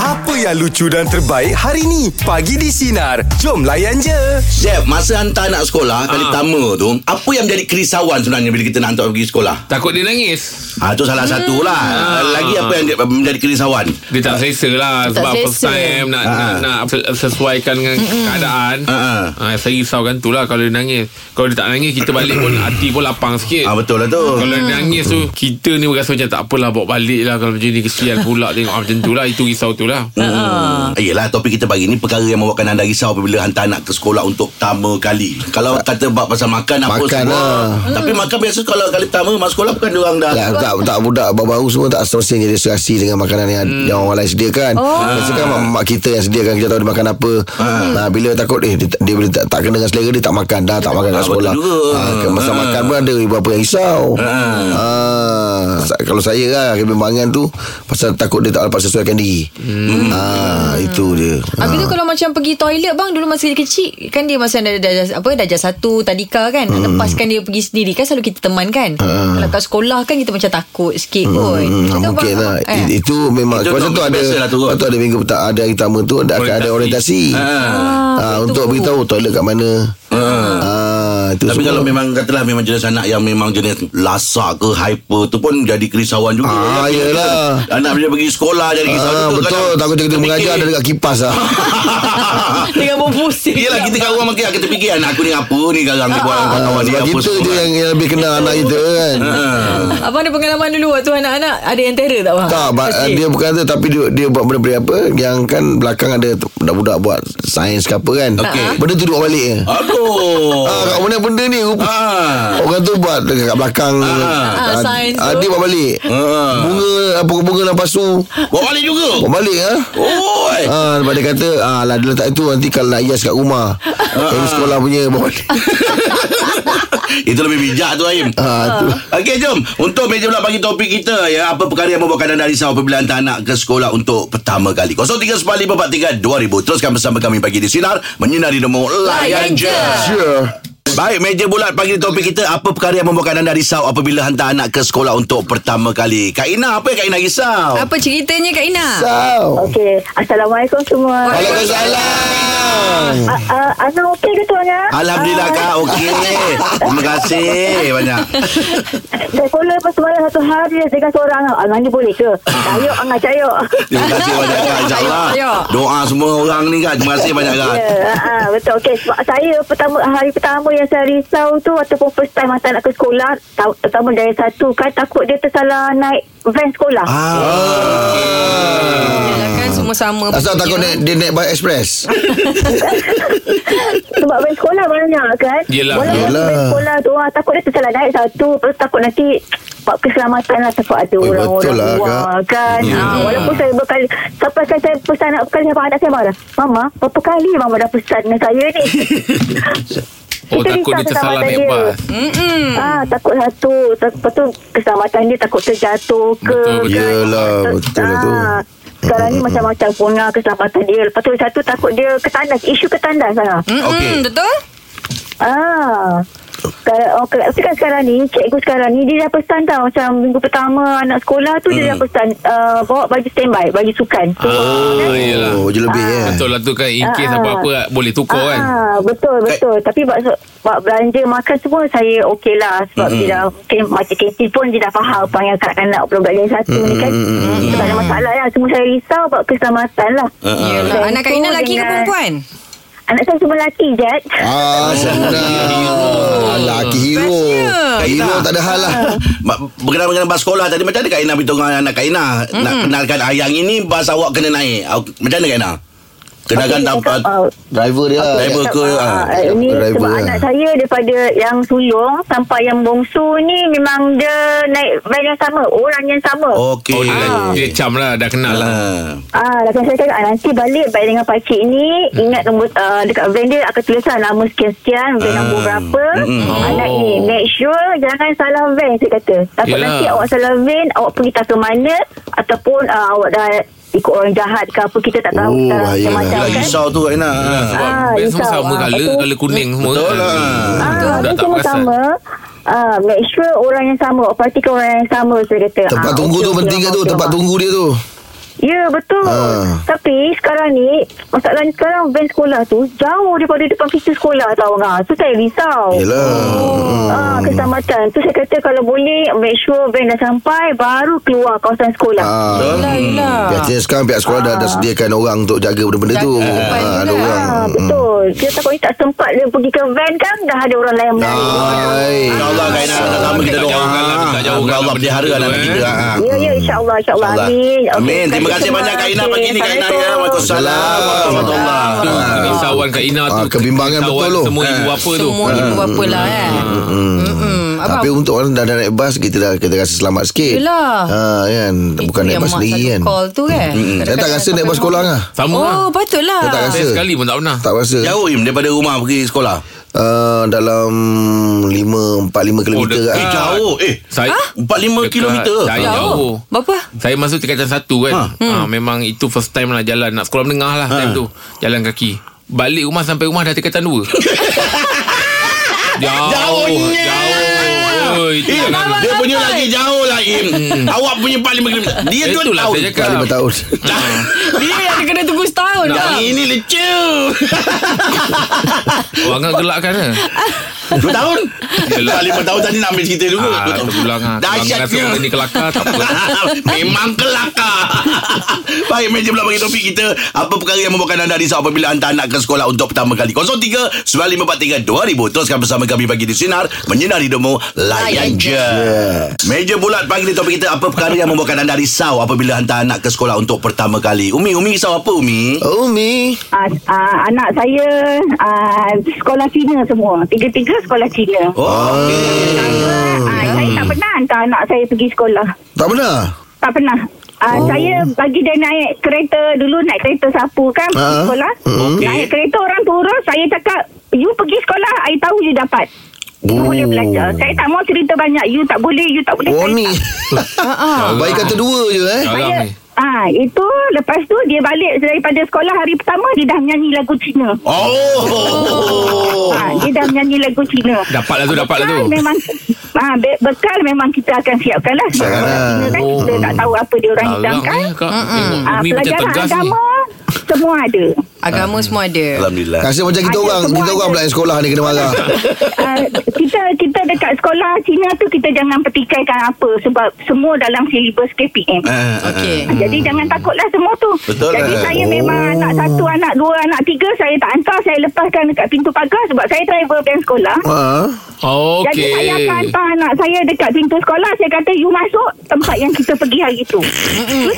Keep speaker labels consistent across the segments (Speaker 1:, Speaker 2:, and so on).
Speaker 1: Apa yang lucu dan terbaik hari ni? Pagi di Sinar. Jom layan je.
Speaker 2: Chef, masa hantar anak sekolah kali pertama tu, apa yang menjadi kerisauan sebenarnya bila kita nak hantar pergi sekolah?
Speaker 3: Takut dia nangis
Speaker 2: Ah tu salah satu lah. Lagi apa yang dia- menjadi kerisauan?
Speaker 3: Dia tak selesa lah
Speaker 4: Tak
Speaker 3: Sebab
Speaker 4: selesa.
Speaker 3: first time Nak,
Speaker 2: Ah.
Speaker 3: nak, nak se- sesuaikan dengan keadaan
Speaker 2: Ah.
Speaker 3: Ah, Saya risaukan tu lah Kalau dia nangis Kalau dia tak nangis Kita balik pun Hati pun lapang sikit
Speaker 2: Ah betul lah tu.
Speaker 3: Kalau dia nangis tu Kita ni rasa macam tak apalah Bawa balik lah Kalau macam ni kesian pula Tengok ah, macam tu lah Itu risau tu lah
Speaker 2: Hmm. Yelah topik kita pagi ni Perkara yang membuatkan anda risau Apabila hantar anak ke sekolah Untuk pertama kali Kalau kata bab pasal makan Apa
Speaker 5: Makan
Speaker 2: semua
Speaker 5: lah. Ya.
Speaker 2: Tapi makan biasa Kalau kali pertama Masuk sekolah bukan diorang dah
Speaker 5: tak, Lah, tak, tak budak baru-baru semua tak semestinya dia serasi dengan makanan yang, hmm. yang orang lain sediakan. Oh. Biasa
Speaker 2: Ah.
Speaker 5: kan mak, mak kita yang sediakan kita tahu dia makan apa. Hmm. Nah, bila takut eh dia, tak- dia bila tak, tak kena dengan selera dia tak makan dah tak makan
Speaker 2: Ah,
Speaker 5: kat
Speaker 2: betul
Speaker 5: sekolah.
Speaker 2: juga.
Speaker 5: Ha, masa
Speaker 2: Ah.
Speaker 5: makan pun ada ibu apa yang risau. Ha. Sa- Kalau saya lah kebimbangan tu pasal takut dia tak dapat sesuaikan diri. Hmm. Ha, itu dia.
Speaker 4: Habis
Speaker 5: Ah.
Speaker 4: tu kalau macam pergi toilet bang Dulu masa kecil Kan dia masa dah, dah, dah, apa, darjah satu Tadika kan hmm. Lepaskan dia pergi sendiri Kan selalu kita teman kan Kalau kat sekolah kan Kita macam takut sikit kot
Speaker 5: Ah. Hmm,
Speaker 4: Kita
Speaker 5: mungkin
Speaker 4: faham,
Speaker 5: lah eh. Itu memang
Speaker 2: Itu
Speaker 5: Itu Pasal
Speaker 2: topik
Speaker 5: tu ada
Speaker 2: biasa lah tu.
Speaker 5: Pasal tu ada minggu petang Ada hari pertama tu Ada akan ada orientasi
Speaker 2: Ah.
Speaker 5: ha,
Speaker 4: betul.
Speaker 5: Untuk beritahu toilet kat mana ha, Itu
Speaker 2: Tapi
Speaker 5: semua
Speaker 2: kalau memang katalah memang jenis anak yang memang jenis lasak ke hyper tu pun jadi kerisauan juga.
Speaker 5: Ah,
Speaker 2: Ya,
Speaker 5: yelah.
Speaker 2: Anak bila pergi sekolah jadi risau
Speaker 5: ha,
Speaker 2: juga.
Speaker 5: Betul
Speaker 2: kadang-
Speaker 5: Takut dia kena
Speaker 2: terfikir.
Speaker 5: mengajar Ada dekat kipas lah
Speaker 4: Dengan berpusing
Speaker 2: Yelah kita kat rumah makin kita fikir anak aku ni apa ni garang ni buat kawan-kawan ni
Speaker 5: Ah, Sebab
Speaker 2: apa
Speaker 5: kita je
Speaker 2: semua. Ah,
Speaker 5: yang, yang lebih kenal anak kita kan
Speaker 4: Abang ada pengalaman dulu Waktu anak-anak Ada yang terror tak bang?
Speaker 5: Tak ba-
Speaker 4: Okey.
Speaker 5: Dia bukan tu Tapi dia, dia buat benda-benda apa Yang kan belakang ada tu- Budak-budak buat Sains ke apa kan
Speaker 2: Okey.
Speaker 5: Benda tu duduk balik je
Speaker 2: Aduh.
Speaker 5: Ah, kat mana benda ni rupa
Speaker 2: Ah.
Speaker 5: Orang tu buat dekat belakang
Speaker 4: Ah,
Speaker 5: ah,
Speaker 4: sign tu.
Speaker 5: ah, Dia buat balik
Speaker 2: Ah.
Speaker 5: Bunga Apa bunga dan pasu
Speaker 2: Bawa balik juga.
Speaker 5: Buat balik ha?
Speaker 2: Oi.
Speaker 5: Ah, lepas dia kata ah, lah, Dia letak itu nanti Kalau nak hias kat rumah Kalau sekolah punya Bawa balik
Speaker 2: Itu lebih bijak tu Aim
Speaker 5: Ah, tu.
Speaker 2: Okey jom Untuk meja pula bagi topik kita ya Apa perkara yang membuatkan anda risau Apabila hantar anak ke sekolah Untuk pertama kali 0395432000 Teruskan bersama kami pagi di Sinar Menyinari demo Layan
Speaker 4: Layan
Speaker 2: je
Speaker 4: je.
Speaker 5: Sure
Speaker 2: Baik, meja bulat pagi ni topik kita Apa perkara yang membuatkan anda risau Apabila hantar anak ke sekolah Untuk pertama kali Kak Ina, apa yang Kak Ina risau?
Speaker 4: Apa ceritanya Kak Ina?
Speaker 5: So
Speaker 6: Okey, Assalamualaikum semua.
Speaker 5: Waalaikumsalam
Speaker 6: Ah, ah, Ana okey ke ya? Ah, tu Ana?
Speaker 2: Alhamdulillah Kak, okey Terima kasih banyak
Speaker 6: Saya follow lepas semalam satu hari saya kata orang Angah Ah, ni boleh ke? Cayok Angah cayok.
Speaker 2: Terima kasih banyak Kak InsyaAllah
Speaker 4: Ayuh, ayuh.
Speaker 2: Doa semua orang ni Kak Terima kasih banyak Kak
Speaker 6: Ya, ah, ah, betul. Okey, sebab saya pertama hari pertama yang saya risau tu ataupun first time hantar anak ke sekolah, tahu- terutama dari satu kan takut dia tersalah naik van sekolah.
Speaker 2: Ah.
Speaker 4: Yalah kan semua lah. sama
Speaker 5: Asal takut naik, dia naik by express
Speaker 6: Sebab van sekolah banyak kan
Speaker 3: Yelah.
Speaker 6: Walaupun
Speaker 5: Yelah.
Speaker 6: van sekolah tu ah, Takut dia tersalah naik satu Terus takut nanti Sebab keselamatan lah Takut ada
Speaker 5: Oh,
Speaker 6: orang-orang
Speaker 5: betul lah,
Speaker 6: luar Kan
Speaker 3: Hmm.
Speaker 2: Ya.
Speaker 6: Ah, Walaupun saya berkali Sampai kan saya pesan anak Kali abang anak saya marah Mama Berapa kali mama dah pesan dengan saya ni
Speaker 3: Oh
Speaker 6: Kita
Speaker 3: takut
Speaker 6: risau
Speaker 3: dia tersalah
Speaker 6: keselamatan
Speaker 3: naik
Speaker 6: dia.
Speaker 3: bas
Speaker 6: ah, Takut satu tak- Lepas tu Keselamatan dia takut terjatuh ke
Speaker 3: Betul, betul.
Speaker 6: kan?
Speaker 5: Yelah, betul lah tu.
Speaker 6: Ah, sekarang ni macam-macam pun lah keselamatan dia. Lepas tu satu takut dia ketandas. Isu ketandas lah.
Speaker 2: Okey.
Speaker 4: Mm-mm, Betul?
Speaker 6: Ah. Kalau oh, kalau- tapi kan sekarang ni cikgu sekarang ni dia dah pesan tau macam minggu pertama anak sekolah tu dia dah pesan uh, bawa baju standby baju sukan. So,
Speaker 3: Oh
Speaker 2: ya.
Speaker 3: yelah
Speaker 5: Oh je lebih eh
Speaker 3: Betul lah tu kan In case
Speaker 6: Ah.
Speaker 3: apa-apa Boleh tukar kan
Speaker 6: Ah, betul betul. Tapi bak, bak belanja makan semua saya okey lah sebab mm-hmm. dia dah mungkin macam kantin pun dia dah faham apa yang kanak-kanak budak belajar satu mm-hmm. ni kan. Mm-hmm. So, tak ada masalah lah. Cuma saya risau bab keselamatan lah.
Speaker 5: Ah.
Speaker 4: Yelah
Speaker 6: Dan
Speaker 4: Anak Kak
Speaker 6: tu
Speaker 4: Ina lelaki ke
Speaker 6: dengan-
Speaker 4: perempuan?
Speaker 6: Anak saya semua lelaki je.
Speaker 5: Ah, senang Lelaki hero
Speaker 4: Bestnya.
Speaker 5: Hero tak ada hal lah
Speaker 2: Ma- Berkenaan-berkenaan bas sekolah tadi Macam mana Kak Ina beritahu dengan anak Kak Ina Nak kenalkan ayang ini Bas awak kena naik Ah, Macam mana Kak Ina? Kenalkan tanpa
Speaker 6: Ah,
Speaker 5: Driver dia lah
Speaker 2: Driver ke ah.
Speaker 6: Ah, ini
Speaker 5: Driver
Speaker 6: sebab
Speaker 5: lah.
Speaker 6: anak saya daripada yang sulung sampai yang bongsu ni memang dia naik van yang sama, orang yang sama.
Speaker 2: Okey
Speaker 3: Oh dia, dah- dia cam lah Dah kenal lah
Speaker 2: Ah.
Speaker 6: Ah, lah kan saya cakap ah, nanti balik baik dengan pakcik ni ingat nombor uh, dekat van dia akan tulisan nama sekian-sekian, van
Speaker 2: Ah.
Speaker 6: nombor berapa. Ah,
Speaker 2: Mm-mm.
Speaker 6: Anak
Speaker 3: Oh.
Speaker 6: ni make sure jangan salah van saya kata. Takut
Speaker 3: Yelah.
Speaker 6: nanti awak salah van, awak pergi tak ke mana ataupun uh, awak dah ikut orang jahat ke apa kita tak tahu
Speaker 5: Oh, bahaya
Speaker 6: kita
Speaker 5: lah.
Speaker 6: macam-macam
Speaker 2: Yelah
Speaker 6: kan.
Speaker 2: risau tu Kak Ina Ah.
Speaker 3: Sebab
Speaker 6: Ah,
Speaker 3: bas semua
Speaker 6: risau.
Speaker 3: sama
Speaker 6: Ah,
Speaker 3: colour
Speaker 6: betul.
Speaker 3: Colour kuning semua
Speaker 2: Betul
Speaker 3: kan.
Speaker 2: lah.
Speaker 6: Ah,
Speaker 3: Betul,
Speaker 6: ni
Speaker 3: tak- tak
Speaker 6: semua
Speaker 3: perasan.
Speaker 6: sama. Ah, make sure orang yang sama, awak perhatikan orang yang sama saya kata.
Speaker 5: Tempat
Speaker 6: Ah,
Speaker 5: tunggu
Speaker 6: okey,
Speaker 5: tu
Speaker 6: okey,
Speaker 5: penting ke
Speaker 6: Mak,
Speaker 5: tu
Speaker 6: okey,
Speaker 5: Tempat
Speaker 6: Mak.
Speaker 5: tunggu dia tu
Speaker 6: Ya betul
Speaker 5: Ah.
Speaker 6: Tapi sekarang ni Masalahnya sekarang Van sekolah tu Jauh daripada depan pintu sekolah tau Ngah So saya risau
Speaker 5: Yelah Hmm.
Speaker 6: Oh. Ah, keselamatan tu saya kata kalau boleh make sure van dah sampai baru keluar kawasan sekolah.
Speaker 5: Ah.
Speaker 4: Yelah, yelah.
Speaker 5: Biasanya sekarang pihak sekolah dah, dah sediakan orang untuk jaga benda-benda
Speaker 4: Jaga
Speaker 5: tu.
Speaker 4: depan
Speaker 5: Ah,
Speaker 4: tu
Speaker 5: ada
Speaker 4: lah.
Speaker 5: orang.
Speaker 6: Ah, betul. Kita takutnya tak sempat dia pergi ke van kan dah ada orang lain menarik.
Speaker 5: Hai. Ah.
Speaker 2: InsyaAllah Kak Ina Tak lama kita doa
Speaker 3: Tak jauhkan
Speaker 2: Allah
Speaker 3: lah.
Speaker 2: pelihara anak
Speaker 3: Eh.
Speaker 2: kita ah.
Speaker 6: Ya ya insya-Allah insya-Allah
Speaker 2: InsyaAllah.
Speaker 6: amin. Ya, Okey,
Speaker 2: Amin Terima kasih
Speaker 6: semua.
Speaker 2: banyak Kak Ina
Speaker 6: Okey,
Speaker 2: Pagi ni Kak Ina ya
Speaker 6: Assalamualaikum.
Speaker 2: Waalaikumsalam Warahmatullah
Speaker 3: Tu Kerisauan Kak Ina tu
Speaker 5: Ah, kebimbangan
Speaker 3: kerisauan
Speaker 5: betul tu.
Speaker 3: kan Semua ibu
Speaker 5: Ah.
Speaker 3: apa tu
Speaker 4: Semua ibu bapa lah kan Mm-mm. Abang
Speaker 5: Tapi untuk orang dah naik bas Kita dah kita rasa selamat sikit
Speaker 4: Yelah.
Speaker 5: ha, kan? Bukan
Speaker 4: itu
Speaker 5: naik
Speaker 4: yang
Speaker 5: bas
Speaker 4: mak
Speaker 5: sendiri
Speaker 4: selalu
Speaker 5: kan
Speaker 4: call tu kan
Speaker 5: Saya tak
Speaker 4: Kadang-kadang
Speaker 5: rasa naik
Speaker 4: sampai
Speaker 5: bas
Speaker 4: mak-
Speaker 5: sekolah lah
Speaker 3: Sama lah
Speaker 4: Oh patutlah
Speaker 5: Dia tak rasa.
Speaker 3: Saya sekali pun tak pernah
Speaker 5: Tak rasa
Speaker 2: Jauh Im Daripada rumah pergi sekolah
Speaker 5: uh, Dalam 5, 4, 5 km
Speaker 3: dekat.
Speaker 5: kat
Speaker 2: Eh jauh Eh
Speaker 3: Saya
Speaker 2: 45
Speaker 3: Dekat-
Speaker 2: kilometer
Speaker 3: Saya jauh
Speaker 4: Jauh Berapa?
Speaker 3: Saya masuk tingkatan satu kan ha. Hmm. Ha, Memang itu first time lah jalan Nak sekolah menengah lah ha. time tu Jalan kaki Balik rumah sampai rumah dah tingkatan dua Jauh
Speaker 2: Jauhnya.
Speaker 3: Jauh oh, itu
Speaker 2: Im,
Speaker 3: jangan.
Speaker 2: dia punya lagi jauh lah Im Awak punya 45 km Dia 2
Speaker 3: Itulah
Speaker 2: tahun
Speaker 3: saya cakap
Speaker 5: 5 tahun
Speaker 4: Dia yang kena tunggu setahun
Speaker 2: Yang
Speaker 4: tak?
Speaker 2: ini lucu
Speaker 3: Orang kan gelak kan eh?
Speaker 2: 2 tahun
Speaker 3: Yelah.
Speaker 2: Dah 5 tahun tadi nak ambil cerita dulu
Speaker 3: Ah, terpulang lah Orang rasa
Speaker 2: Dahsyatnya
Speaker 3: orang ni kelakar Tak apa
Speaker 2: Memang kelakar Baik meja pula bagi topik kita Apa perkara yang membuatkan anda risau Apabila anda nak ke sekolah Untuk pertama kali 03 9543 2000 Teruskan bersama kami Bagi di Sinar Menyinari demo Layan je Meja bulat pagi ni topik kita Apa perkara yang membuatkan anda risau Apabila hantar anak ke sekolah Untuk pertama kali Umi Umi risau apa Umi?
Speaker 5: Oh, Umi
Speaker 6: Ah, ah, anak saya ah, sekolah Cina semua. Tiga-tiga sekolah Cina.
Speaker 2: Oh, Hmm. okay.
Speaker 6: Ah, saya tak pernah hantar anak saya pergi sekolah.
Speaker 5: Tak pernah
Speaker 6: Tak pernah. Uh, oh. Saya bagi dia naik kereta dulu naik kereta sapu kan pergi
Speaker 5: Ah.
Speaker 6: sekolah.
Speaker 2: Hmm.
Speaker 5: Okey.
Speaker 6: Naik kereta orang turun saya cakap you pergi sekolah I tahu you dapat. You
Speaker 5: Oh.
Speaker 6: boleh belajar. Saya tak mau cerita banyak. You tak boleh, you tak boleh.
Speaker 5: Oh
Speaker 6: saya
Speaker 5: ni
Speaker 6: tak-
Speaker 5: Baik kata dua je eh
Speaker 3: Jarang
Speaker 6: Saya,
Speaker 3: ni
Speaker 6: ah itu lepas tu dia balik daripada sekolah hari pertama dia dah menyanyi lagu Cina.
Speaker 2: Oh.
Speaker 6: Ah, dia dah menyanyi lagu Cina.
Speaker 3: Dapat lah tu Dapat lah tu
Speaker 6: Bekal memang ah, be- bekal memang kita akan siapkan lah sebab
Speaker 5: Siapkan lah.
Speaker 6: orang Cina kan kita
Speaker 3: Oh.
Speaker 6: tak tahu apa dia orang
Speaker 3: Jarang
Speaker 6: hidangkan.
Speaker 3: eh, ni Kak Tengok
Speaker 6: Ah,
Speaker 3: Umi macam
Speaker 6: pelajaran
Speaker 3: tegas ni
Speaker 6: agama semua ada.
Speaker 4: Agama
Speaker 5: Ah.
Speaker 4: semua ada
Speaker 2: Alhamdulillah.
Speaker 5: Rasa macam kita
Speaker 6: Ada
Speaker 5: orang
Speaker 6: semua
Speaker 5: Kita
Speaker 6: ada.
Speaker 5: orang pula yang sekolah ni kena marah
Speaker 6: Uh, kita kita dekat sekolah Cina tu kita jangan petikaikan apa sebab semua dalam silibus KPM.
Speaker 2: Ah, ah, ah.
Speaker 4: Okey
Speaker 6: Hmm. Jadi jangan takutlah semua tu.
Speaker 2: Betul
Speaker 6: Jadi
Speaker 2: lah.
Speaker 6: saya
Speaker 5: Oh.
Speaker 6: memang anak satu, anak dua, anak tiga saya tak hantar, saya lepaskan dekat pintu pagar sebab saya driver van sekolah.
Speaker 5: Ha?
Speaker 6: Jadi
Speaker 3: Oh, Okey
Speaker 6: saya akan hantar anak saya dekat pintu sekolah Saya kata you masuk tempat yang kita pergi hari tu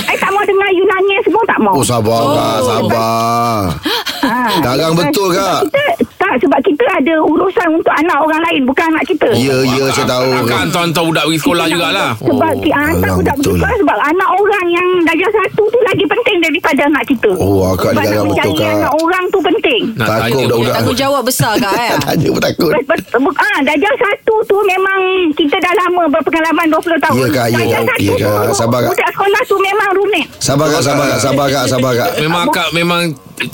Speaker 6: Saya tak mau dengar you nangis semua tak mau
Speaker 5: Oh sabar oh. Kak Sabar
Speaker 6: ha.
Speaker 5: Garang betul Kak
Speaker 6: Sebab kita, Tak sebab kita ada urusan untuk anak orang lain Bukan anak kita
Speaker 5: Ya ya saya tahu
Speaker 3: Akan hantar-hantar budak pergi sekolah jugalah
Speaker 6: Sebab oh, kita hantar
Speaker 5: garang
Speaker 6: budak
Speaker 5: betul.
Speaker 6: betul. Sebab anak orang yang darjah satu tu Lagi penting daripada anak kita
Speaker 5: Oh, akak ni
Speaker 6: Sebab nak
Speaker 5: garang betul,
Speaker 6: menyayangi
Speaker 5: Kak.
Speaker 6: anak orang tu penting
Speaker 3: Nak
Speaker 5: Takut
Speaker 3: tanya
Speaker 5: budak-budak.
Speaker 4: Tanggungjawab besar kak eh
Speaker 5: Tanya pun takut
Speaker 6: Ah, darjah satu tu memang kita dah lama berpengalaman 20 tahun.
Speaker 5: Ya, Kak, ya,
Speaker 6: Darjah
Speaker 5: Kak.
Speaker 6: satu
Speaker 5: Ya, Kak.
Speaker 6: tu,
Speaker 5: Sabar, Kak.
Speaker 6: Budak sekolah tu memang rumit.
Speaker 5: Sabar Kak Sabar Kak Sabar Kak Sabar Kak
Speaker 3: Oh. Memang akak Memang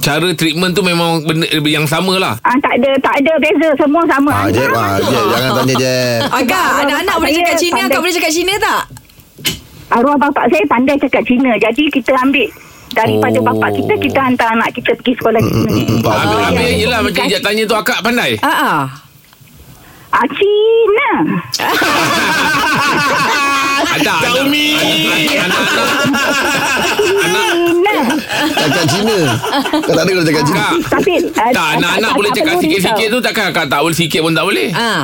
Speaker 3: Cara treatment tu memang benda, Yang sama lah
Speaker 6: Ah, tak ada tak ada beza semua sama.
Speaker 5: Ah, Jeb, ah, Jeb, jangan tanya Jeb.
Speaker 4: Agak anak-anak boleh cakap Cina Akak boleh cakap Cina tak?
Speaker 5: ah.
Speaker 6: Arwah bapak saya pandai cakap Cina. Jadi kita ambil daripada
Speaker 3: Oh.
Speaker 6: oh. bapak kita kita hantar anak kita pergi sekolah
Speaker 5: Mm,
Speaker 6: Cina.
Speaker 3: Habis,
Speaker 6: Ah,
Speaker 3: habis
Speaker 6: ya.
Speaker 3: je lah Macam ijat tanya tu akak pandai
Speaker 4: Ah, ah.
Speaker 6: Ah, Cina.
Speaker 3: Ada
Speaker 2: Kak
Speaker 3: ada.
Speaker 2: Umi.
Speaker 6: Cina.
Speaker 5: Cakap Cina Kau tak ada kalau cakap Cina
Speaker 3: Kak
Speaker 6: Tapi ah,
Speaker 3: Tak anak-anak boleh
Speaker 6: tak
Speaker 3: cakap
Speaker 6: perlu
Speaker 3: sikit-sikit
Speaker 6: risau.
Speaker 3: tu Takkan akak tak boleh sikit pun tak boleh
Speaker 4: Ah.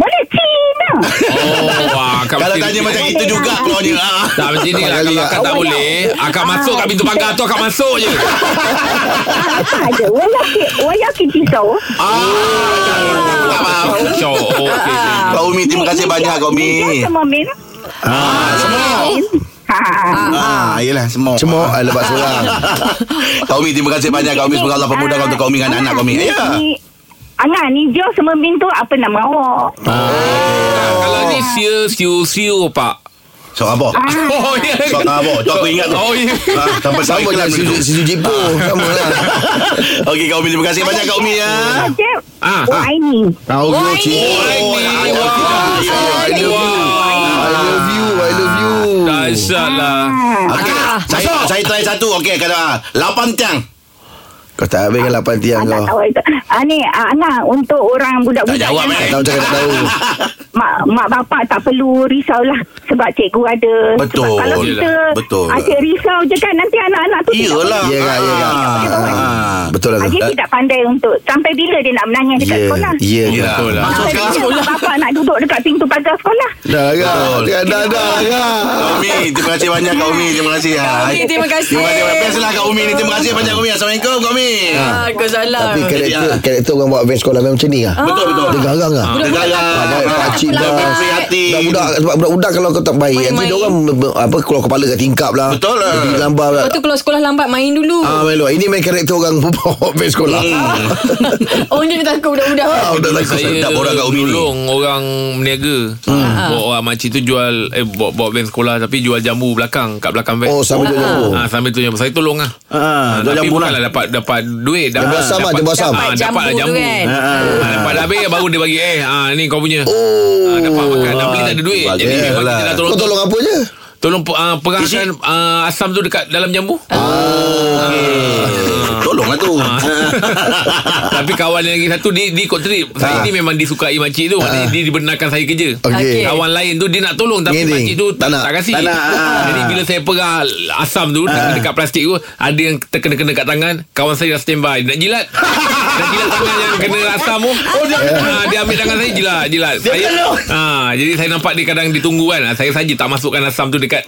Speaker 6: Boleh Cina.
Speaker 3: Oh wah, akak
Speaker 2: Kalau
Speaker 3: mesti-
Speaker 2: tanya macam ya. itu juga keluarnya. Ah.
Speaker 3: tak macam ni lah
Speaker 5: Kali
Speaker 3: Kalau
Speaker 5: lah.
Speaker 3: akak tak boleh Akak masuk kat pintu pagar tu Akak masuk je
Speaker 6: Apa Ah, ada? Walau ki, walau ki pisau.
Speaker 3: Ah.
Speaker 2: Ah.
Speaker 3: Syok oh, okay.
Speaker 2: Kak Umi terima kasih banyak Kak Umi
Speaker 6: Dia semua min.
Speaker 2: ah, Semua
Speaker 6: Ha.
Speaker 2: ah, Yelah semua
Speaker 5: Cemok ah, lepas seorang
Speaker 2: Kak Umi terima kasih banyak Ya, Kak Umi Semoga Allah
Speaker 6: ah,
Speaker 2: pemudahkan untuk Kak Umi Dengan anak-anak Kak Umi Ya
Speaker 6: Angah ni dia semua min tu apa nama Oh, awak?
Speaker 3: Ah, Kalau ni siu siu siu pak
Speaker 2: So apa?
Speaker 6: ah.
Speaker 3: Oh ya
Speaker 2: So apa? Tu aku ingat tu
Speaker 3: Oh ya
Speaker 2: Ah, Sampai saya
Speaker 5: Sama
Speaker 2: ingat
Speaker 5: macam si,
Speaker 2: benda tu.
Speaker 5: si Jipo Sama lah
Speaker 2: Okey Kak Umi terima kasih banyak Kak Umi ya
Speaker 6: Cik,
Speaker 3: Ah,
Speaker 6: oh,
Speaker 3: ah.
Speaker 6: Aini.
Speaker 5: Kau go Cina
Speaker 3: Oh, ini, wah.
Speaker 5: I love you I love you I love you
Speaker 3: Dah Masalah.
Speaker 6: Ah.
Speaker 2: Okey,
Speaker 5: Ah.
Speaker 2: saya, saya try satu. Okey, kata ah, lapan tiang.
Speaker 5: Kau tak habis kan lapan
Speaker 2: Ya,
Speaker 5: tiang
Speaker 6: Tak
Speaker 5: kau
Speaker 6: tahu itu. Ah, ni ah, Ana untuk orang
Speaker 2: Tak
Speaker 6: budak-budak
Speaker 2: jawab
Speaker 6: yang
Speaker 5: Tak
Speaker 2: eh.
Speaker 5: tahu cakap tak tahu
Speaker 6: mak mak bapak tak perlu risaulah sebab cikgu ada.
Speaker 2: Betul.
Speaker 6: Sebab kalau kita
Speaker 2: Yelah, betul.
Speaker 6: asyik risau je kan nanti anak-anak tu tidak
Speaker 2: Iyalah.
Speaker 5: Ya kak ya kak
Speaker 2: Ah.
Speaker 5: Betul lah
Speaker 6: Ah,
Speaker 5: tu
Speaker 6: Dia tidak pandai untuk sampai bila dia nak menangis dekat
Speaker 5: Ya
Speaker 6: sekolah.
Speaker 5: Ya
Speaker 2: Ya.
Speaker 5: Betul lah
Speaker 2: Masuk
Speaker 6: Sampai
Speaker 2: sekarang.
Speaker 6: bila mak bapak nak duduk dekat pintu pagar sekolah.
Speaker 5: Dah kak Dah dah dah kak
Speaker 2: Kak Umi, terima kasih banyak Kak Umi. Terima kasih. Kak
Speaker 4: Umi, terima kasih.
Speaker 2: Terima kasih. Bestlah Kak Umi ni. Terima kasih banyak Kak Umi. Assalamualaikum Kak Umi.
Speaker 4: Ah, kau salah.
Speaker 5: Tapi karakter
Speaker 3: Ya.
Speaker 2: Jadi, ah.
Speaker 5: Karakter orang buat event sekolah Memang macam ni kak
Speaker 2: Betul betul.
Speaker 5: Ah, Dia garang kak
Speaker 2: Negara.
Speaker 5: Pandai pakcik
Speaker 4: Aku
Speaker 5: dah
Speaker 4: lambat.
Speaker 2: Berhati.
Speaker 5: Budak-budak Sebab budak-budak Kalau kau tak baik Nanti
Speaker 4: Main-main.
Speaker 5: dia orang ber- Apa Keluar kepala kat tingkap lah
Speaker 2: Betul lah.
Speaker 5: Jadi lambat lah
Speaker 4: Lepas tu kalau sekolah lambat main dulu.
Speaker 5: Ah, main luar. Ini main karakter orang Event sekolah
Speaker 2: Hmm.
Speaker 4: Orang Oh, dia takut budak-budak.
Speaker 5: Ah, budak takut
Speaker 3: Saya
Speaker 2: sedap orang kat Umi ni.
Speaker 3: tolong orang meniaga. Hmm. Bawa orang makcik tu jual eh bawa, bawa van sekolah tapi jual jambu belakang kat belakang van.
Speaker 5: Oh sambil dia jumpa
Speaker 3: Ah, sambil tu jambu. Saya tolong lah.
Speaker 2: Ah, dua
Speaker 3: tapi
Speaker 2: jambu lah.
Speaker 3: bukanlah dapat dapat duit dapat
Speaker 5: Jambu asam lah,
Speaker 3: dapat,
Speaker 5: jambu
Speaker 3: ah,
Speaker 5: asam.
Speaker 4: Dapat
Speaker 3: dapat lah jambu
Speaker 4: jambu tu kan.
Speaker 3: Ah, ah, dapat dah habis baru dia bagi eh ah ni kau punya oh dapat makan dah beli tak ada duit jadi
Speaker 2: bagus
Speaker 3: memang
Speaker 2: lah.
Speaker 3: kita nak
Speaker 5: Kau
Speaker 3: tolong
Speaker 5: tolong apa je
Speaker 3: tolong uh, perahkan uh, asam tu dekat dalam jambu
Speaker 2: Eh, Tolonglah tu.
Speaker 3: Ah.
Speaker 5: Ah.
Speaker 3: tapi kawan yang lagi satu dia, dia ikut trip saya ni memang disukai makcik tu maknanya dia dibenarkan saya kerja
Speaker 5: Okey.
Speaker 3: Kawan lain tu Dia nak tolong Tapi
Speaker 5: Ngiring.
Speaker 3: makcik tu
Speaker 5: Tak
Speaker 3: Tak,
Speaker 5: nak.
Speaker 3: tak, kasih
Speaker 2: Tak nak. Ah.
Speaker 3: Jadi bila saya perah Asam tu ah. Dekat plastik tu Ada yang terkena-kena kat tangan Kawan saya dah standby Nak jilat Nak jilat tangan yang kena asam tu oh, dia, ah, dia ambil tangan saya Jilat jilat saya, ah, Jadi saya nampak dia kadang ditunggu kan Ah, Saya saja tak masukkan asam tu Dekat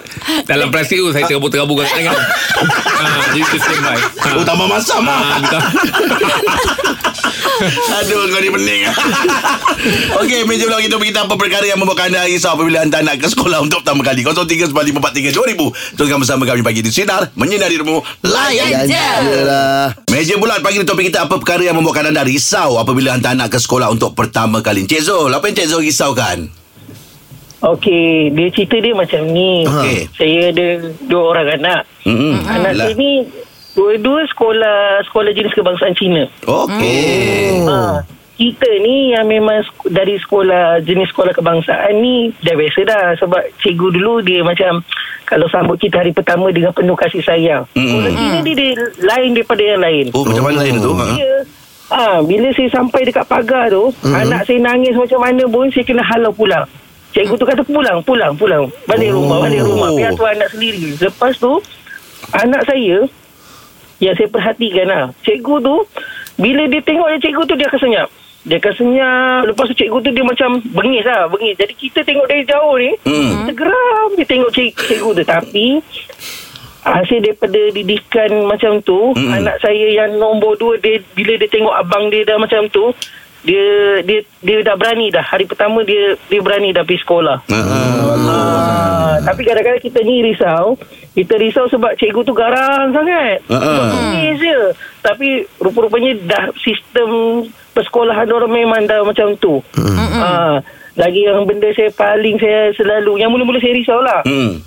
Speaker 3: dalam plastik tu Saya terabur-terabur kat tangan ah, Jadi dia standby Ah.
Speaker 2: Oh tambah masam
Speaker 3: Ah,
Speaker 2: lah
Speaker 3: betul.
Speaker 2: Aduh kau ni pening Okey meja pula kita berita apa perkara yang membuat anda risau apabila anda nak ke sekolah untuk pertama kali 0395432000 Teruskan bersama kami pagi di Sinar Menyinari rumah Layan
Speaker 4: je.
Speaker 5: Yelah
Speaker 2: Meja bulat pagi ni topik kita apa perkara yang membuat anda risau apabila hantar anak ke sekolah untuk pertama kali. Encik Zul, apa yang Encik Zul risaukan?
Speaker 7: Okey, dia cerita dia macam ni.
Speaker 2: Okey.
Speaker 7: Saya ada dua orang anak.
Speaker 2: Hmm.
Speaker 7: Anak saya ni dua-dua sekolah sekolah jenis kebangsaan Cina.
Speaker 2: Okey.
Speaker 7: Oh. Ha, kita ni yang memang sek- dari sekolah jenis sekolah kebangsaan ni dah biasa dah sebab cikgu dulu dia macam kalau sambut kita hari pertama dengan penuh kasih sayang.
Speaker 2: Mm-mm.
Speaker 7: Sekolah Cina dia, dia lain daripada yang lain.
Speaker 2: Oh, macam mana lain tu? Ha. Hmm.
Speaker 7: Dia Ah, bila saya sampai dekat pagar tu, mm-hmm. anak saya nangis macam mana pun saya kena halau pulang. Cikgu tu kata pulang, pulang, pulang. Balik
Speaker 2: Oh.
Speaker 7: oh. rumah, balik rumah. Biar tu anak sendiri. Lepas tu anak saya yang saya perhatikan lah, cikgu tu bila dia tengok dia cikgu tu dia akan senyap. Dia akan senyap. Lepas tu cikgu tu dia macam bengis lah, bengis. Jadi kita tengok dari jauh ni,
Speaker 2: Hmm.
Speaker 7: kita geram dia tengok cik, cikgu tu. Tapi hasil daripada didikan macam tu
Speaker 2: Mm-mm.
Speaker 7: mm anak saya yang nombor dua dia bila dia tengok abang dia dah macam tu dia dia dia dah berani dah hari pertama dia dia berani dah pergi sekolah
Speaker 2: Ha, Oh.
Speaker 7: Ah, tapi kadang-kadang kita ni risau Kita risau sebab cikgu tu garang sangat
Speaker 2: Ah, ah.
Speaker 7: Bengis je Tapi rupa-rupanya dah sistem persekolahan orang memang dah macam tu Ah, Lagi yang benda saya paling saya selalu Yang mula-mula saya risau lah
Speaker 2: Hmm.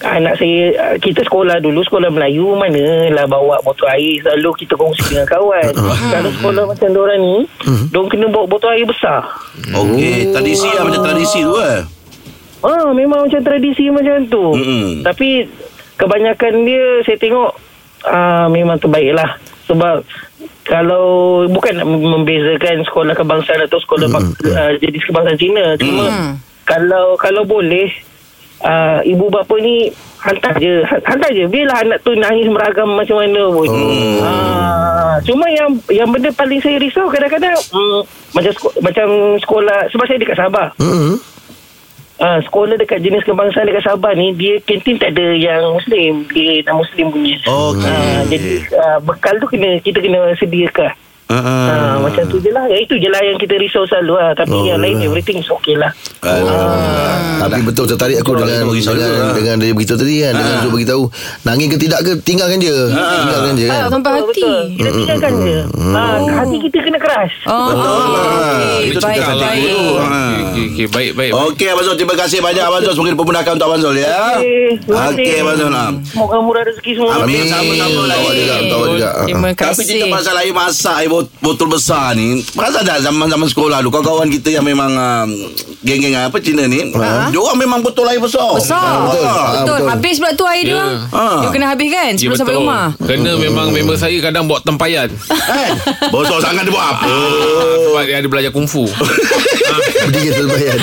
Speaker 7: Anak saya ah, Kita sekolah dulu Sekolah Melayu Manalah bawa botol air Selalu kita kongsi dengan kawan Kalau sekolah macam diorang ni Diorang kena bawa botol air besar
Speaker 2: Okey, tradisi lah macam tradisi tu eh.
Speaker 7: Ah, memang macam tradisi macam tu.
Speaker 2: Mm-mm.
Speaker 7: Tapi kebanyakan dia saya tengok ah memang terbaik lah. Sebab kalau bukan nak membezakan sekolah kebangsaan atau sekolah bang, ah, jenis kebangsaan Cina. Cuma kalau kalau boleh ah, ibu bapa ni hantar je. Han- Hantar je. Biarlah anak tu nangis meragam macam mana pun. Ah, cuma yang yang benda paling saya risau kadang-kadang mm, macam seko- macam sekolah sebab saya dekat Sabah.
Speaker 5: Hmm
Speaker 7: Ah, sekolah dekat jenis kebangsaan dekat Sabah ni dia kantin tak ada yang muslim dia nak muslim punya
Speaker 2: Okey.
Speaker 7: Ah, jadi ah, bekal tu kena kita kena sediakan
Speaker 2: Ah, ah.
Speaker 7: Ah, macam tu je lah Ya, Itu je lah yang kita risau selalu lah Tapi
Speaker 5: Oh,
Speaker 7: yang lain
Speaker 5: lah.
Speaker 7: everything is okay lah
Speaker 5: Tapi betul tertarik aku
Speaker 2: Betul, kita Ah.
Speaker 5: dengan
Speaker 2: bagi
Speaker 5: dengan,
Speaker 2: selalu
Speaker 5: dengan,
Speaker 2: lah. Ah.
Speaker 5: dia beritahu tadi kan dengan dia beritahu nangis ke tidak ke tinggalkan dia tinggalkan dia kan
Speaker 4: Ah, sampai hati.
Speaker 2: Mm,
Speaker 7: Kita tinggalkan je Ah, Hati kita kena keras
Speaker 4: Oh,
Speaker 5: Ah.
Speaker 4: okey.
Speaker 3: Itu
Speaker 4: Baik,
Speaker 3: cakap lah.
Speaker 4: baik.
Speaker 2: dulu. Ha.
Speaker 3: Okey, okey, okey. Baik, baik. baik.
Speaker 2: Okey Abang Zul Terima kasih banyak Abang Zul Semoga dipermudahkan untuk Abang Zul ya
Speaker 7: Okey, terima kasih.
Speaker 2: Okey Abang Zul ha.
Speaker 7: Semoga murah rezeki semua
Speaker 2: Amin. Sama-sama lagi
Speaker 5: Tahu juga, tahu juga.
Speaker 4: Terima
Speaker 2: Tapi
Speaker 4: kasih.
Speaker 2: cerita pasal air masak Ibu bot- botol besar ni Perasan tak zaman-zaman sekolah dulu Kawan-kawan kita yang memang um, Geng-geng apa Cina ni uh-huh. Diorang memang botol air besar
Speaker 4: Besar
Speaker 5: betul.
Speaker 4: Betul,
Speaker 5: Ah, betul.
Speaker 4: Habis pula tu air dia
Speaker 3: Ya.
Speaker 4: yeah.
Speaker 2: Ah.
Speaker 4: Dia kena habis kan Sebelum sampai rumah
Speaker 3: Kena memang member saya kadang buat tempayan.
Speaker 2: Eh, Besar sangat dia buat apa
Speaker 3: Ah. Sebab dia ada belajar Ah, kungfu.
Speaker 5: Berdiri terbayar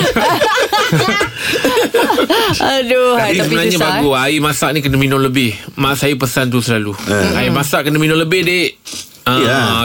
Speaker 4: Aduh hai,
Speaker 3: Tapi
Speaker 4: Tapi
Speaker 3: sebenarnya
Speaker 4: susah
Speaker 3: bagus Air masak ni kena minum lebih Mak saya pesan tu selalu Air masak kena minum lebih dek Ah,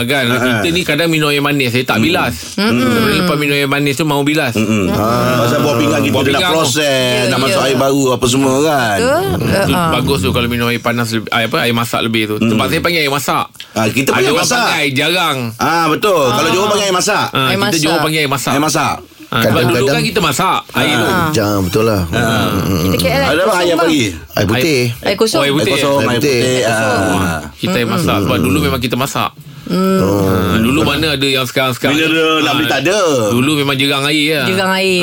Speaker 2: Ya.
Speaker 3: kan
Speaker 2: Ha, ha.
Speaker 3: kita ni kadang minum air manis saya tak bilas. Sebenarnya lepas minum air manis tu mau bilas.
Speaker 2: Hmm. Pasal buah pinggan kita
Speaker 3: Buah
Speaker 2: dia nak
Speaker 3: pinggan
Speaker 2: proses
Speaker 4: pun.
Speaker 2: Nak
Speaker 4: Ya,
Speaker 2: masuk
Speaker 4: ya.
Speaker 2: air baru apa semua kan
Speaker 4: Betul
Speaker 3: Tu
Speaker 4: Ah, ah.
Speaker 3: bagus tu kalau minum air panas lebih, air apa air masak lebih tu. Tempat saya panggil air masak.
Speaker 2: Ah, Kita
Speaker 3: Ada
Speaker 2: punya
Speaker 3: orang
Speaker 2: masak
Speaker 3: panggil air jarang.
Speaker 2: Ah betul. Kalau Johor panggil air masak.
Speaker 3: Ah,
Speaker 4: Air
Speaker 3: kita
Speaker 4: masak.
Speaker 3: Johor panggil air masak.
Speaker 2: Air masak.
Speaker 3: Ah, sebab dulu
Speaker 5: Kadang-kadang-
Speaker 3: kan kita masak
Speaker 2: Ah.
Speaker 3: air tu.
Speaker 5: Jangan betul lah
Speaker 4: Kita KL
Speaker 2: Ada apa ayam
Speaker 4: bang.
Speaker 2: pagi?
Speaker 5: Air putih
Speaker 4: Air kosong
Speaker 3: Oh, air
Speaker 2: Ah. Air
Speaker 3: putih.
Speaker 2: kosong,
Speaker 5: Air
Speaker 2: air
Speaker 5: putih.
Speaker 2: putih. eh? ah.
Speaker 3: Kita yang masak Sebab dulu memang kita masak hmm. Dulu mana ada yang sekarang-sekarang Ah,
Speaker 2: Bila dia nak beli tak ada.
Speaker 3: Dulu memang jerang air lah
Speaker 4: Jurang air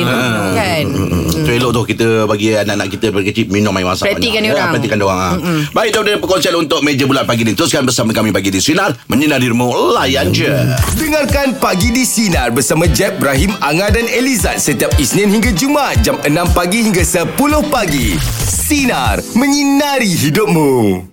Speaker 4: Kan
Speaker 2: Hmm, Tu elok tu kita bagi anak-anak kita daripada kecil minum air masak.
Speaker 4: Praktikkan
Speaker 2: banyak.
Speaker 4: diorang.
Speaker 2: Ya, praktikkan dia orang. Baik, itu dia perkongsian untuk meja bulat pagi ni. Teruskan bersama kami pagi di Sinar. Menyinari rumah layan je.
Speaker 1: Dengarkan Pagi di Sinar bersama Jeb, Ibrahim, Anga dan Elizad setiap Isnin hingga Jumaat jam 6 pagi hingga 10 pagi. Sinar, menyinari hidupmu.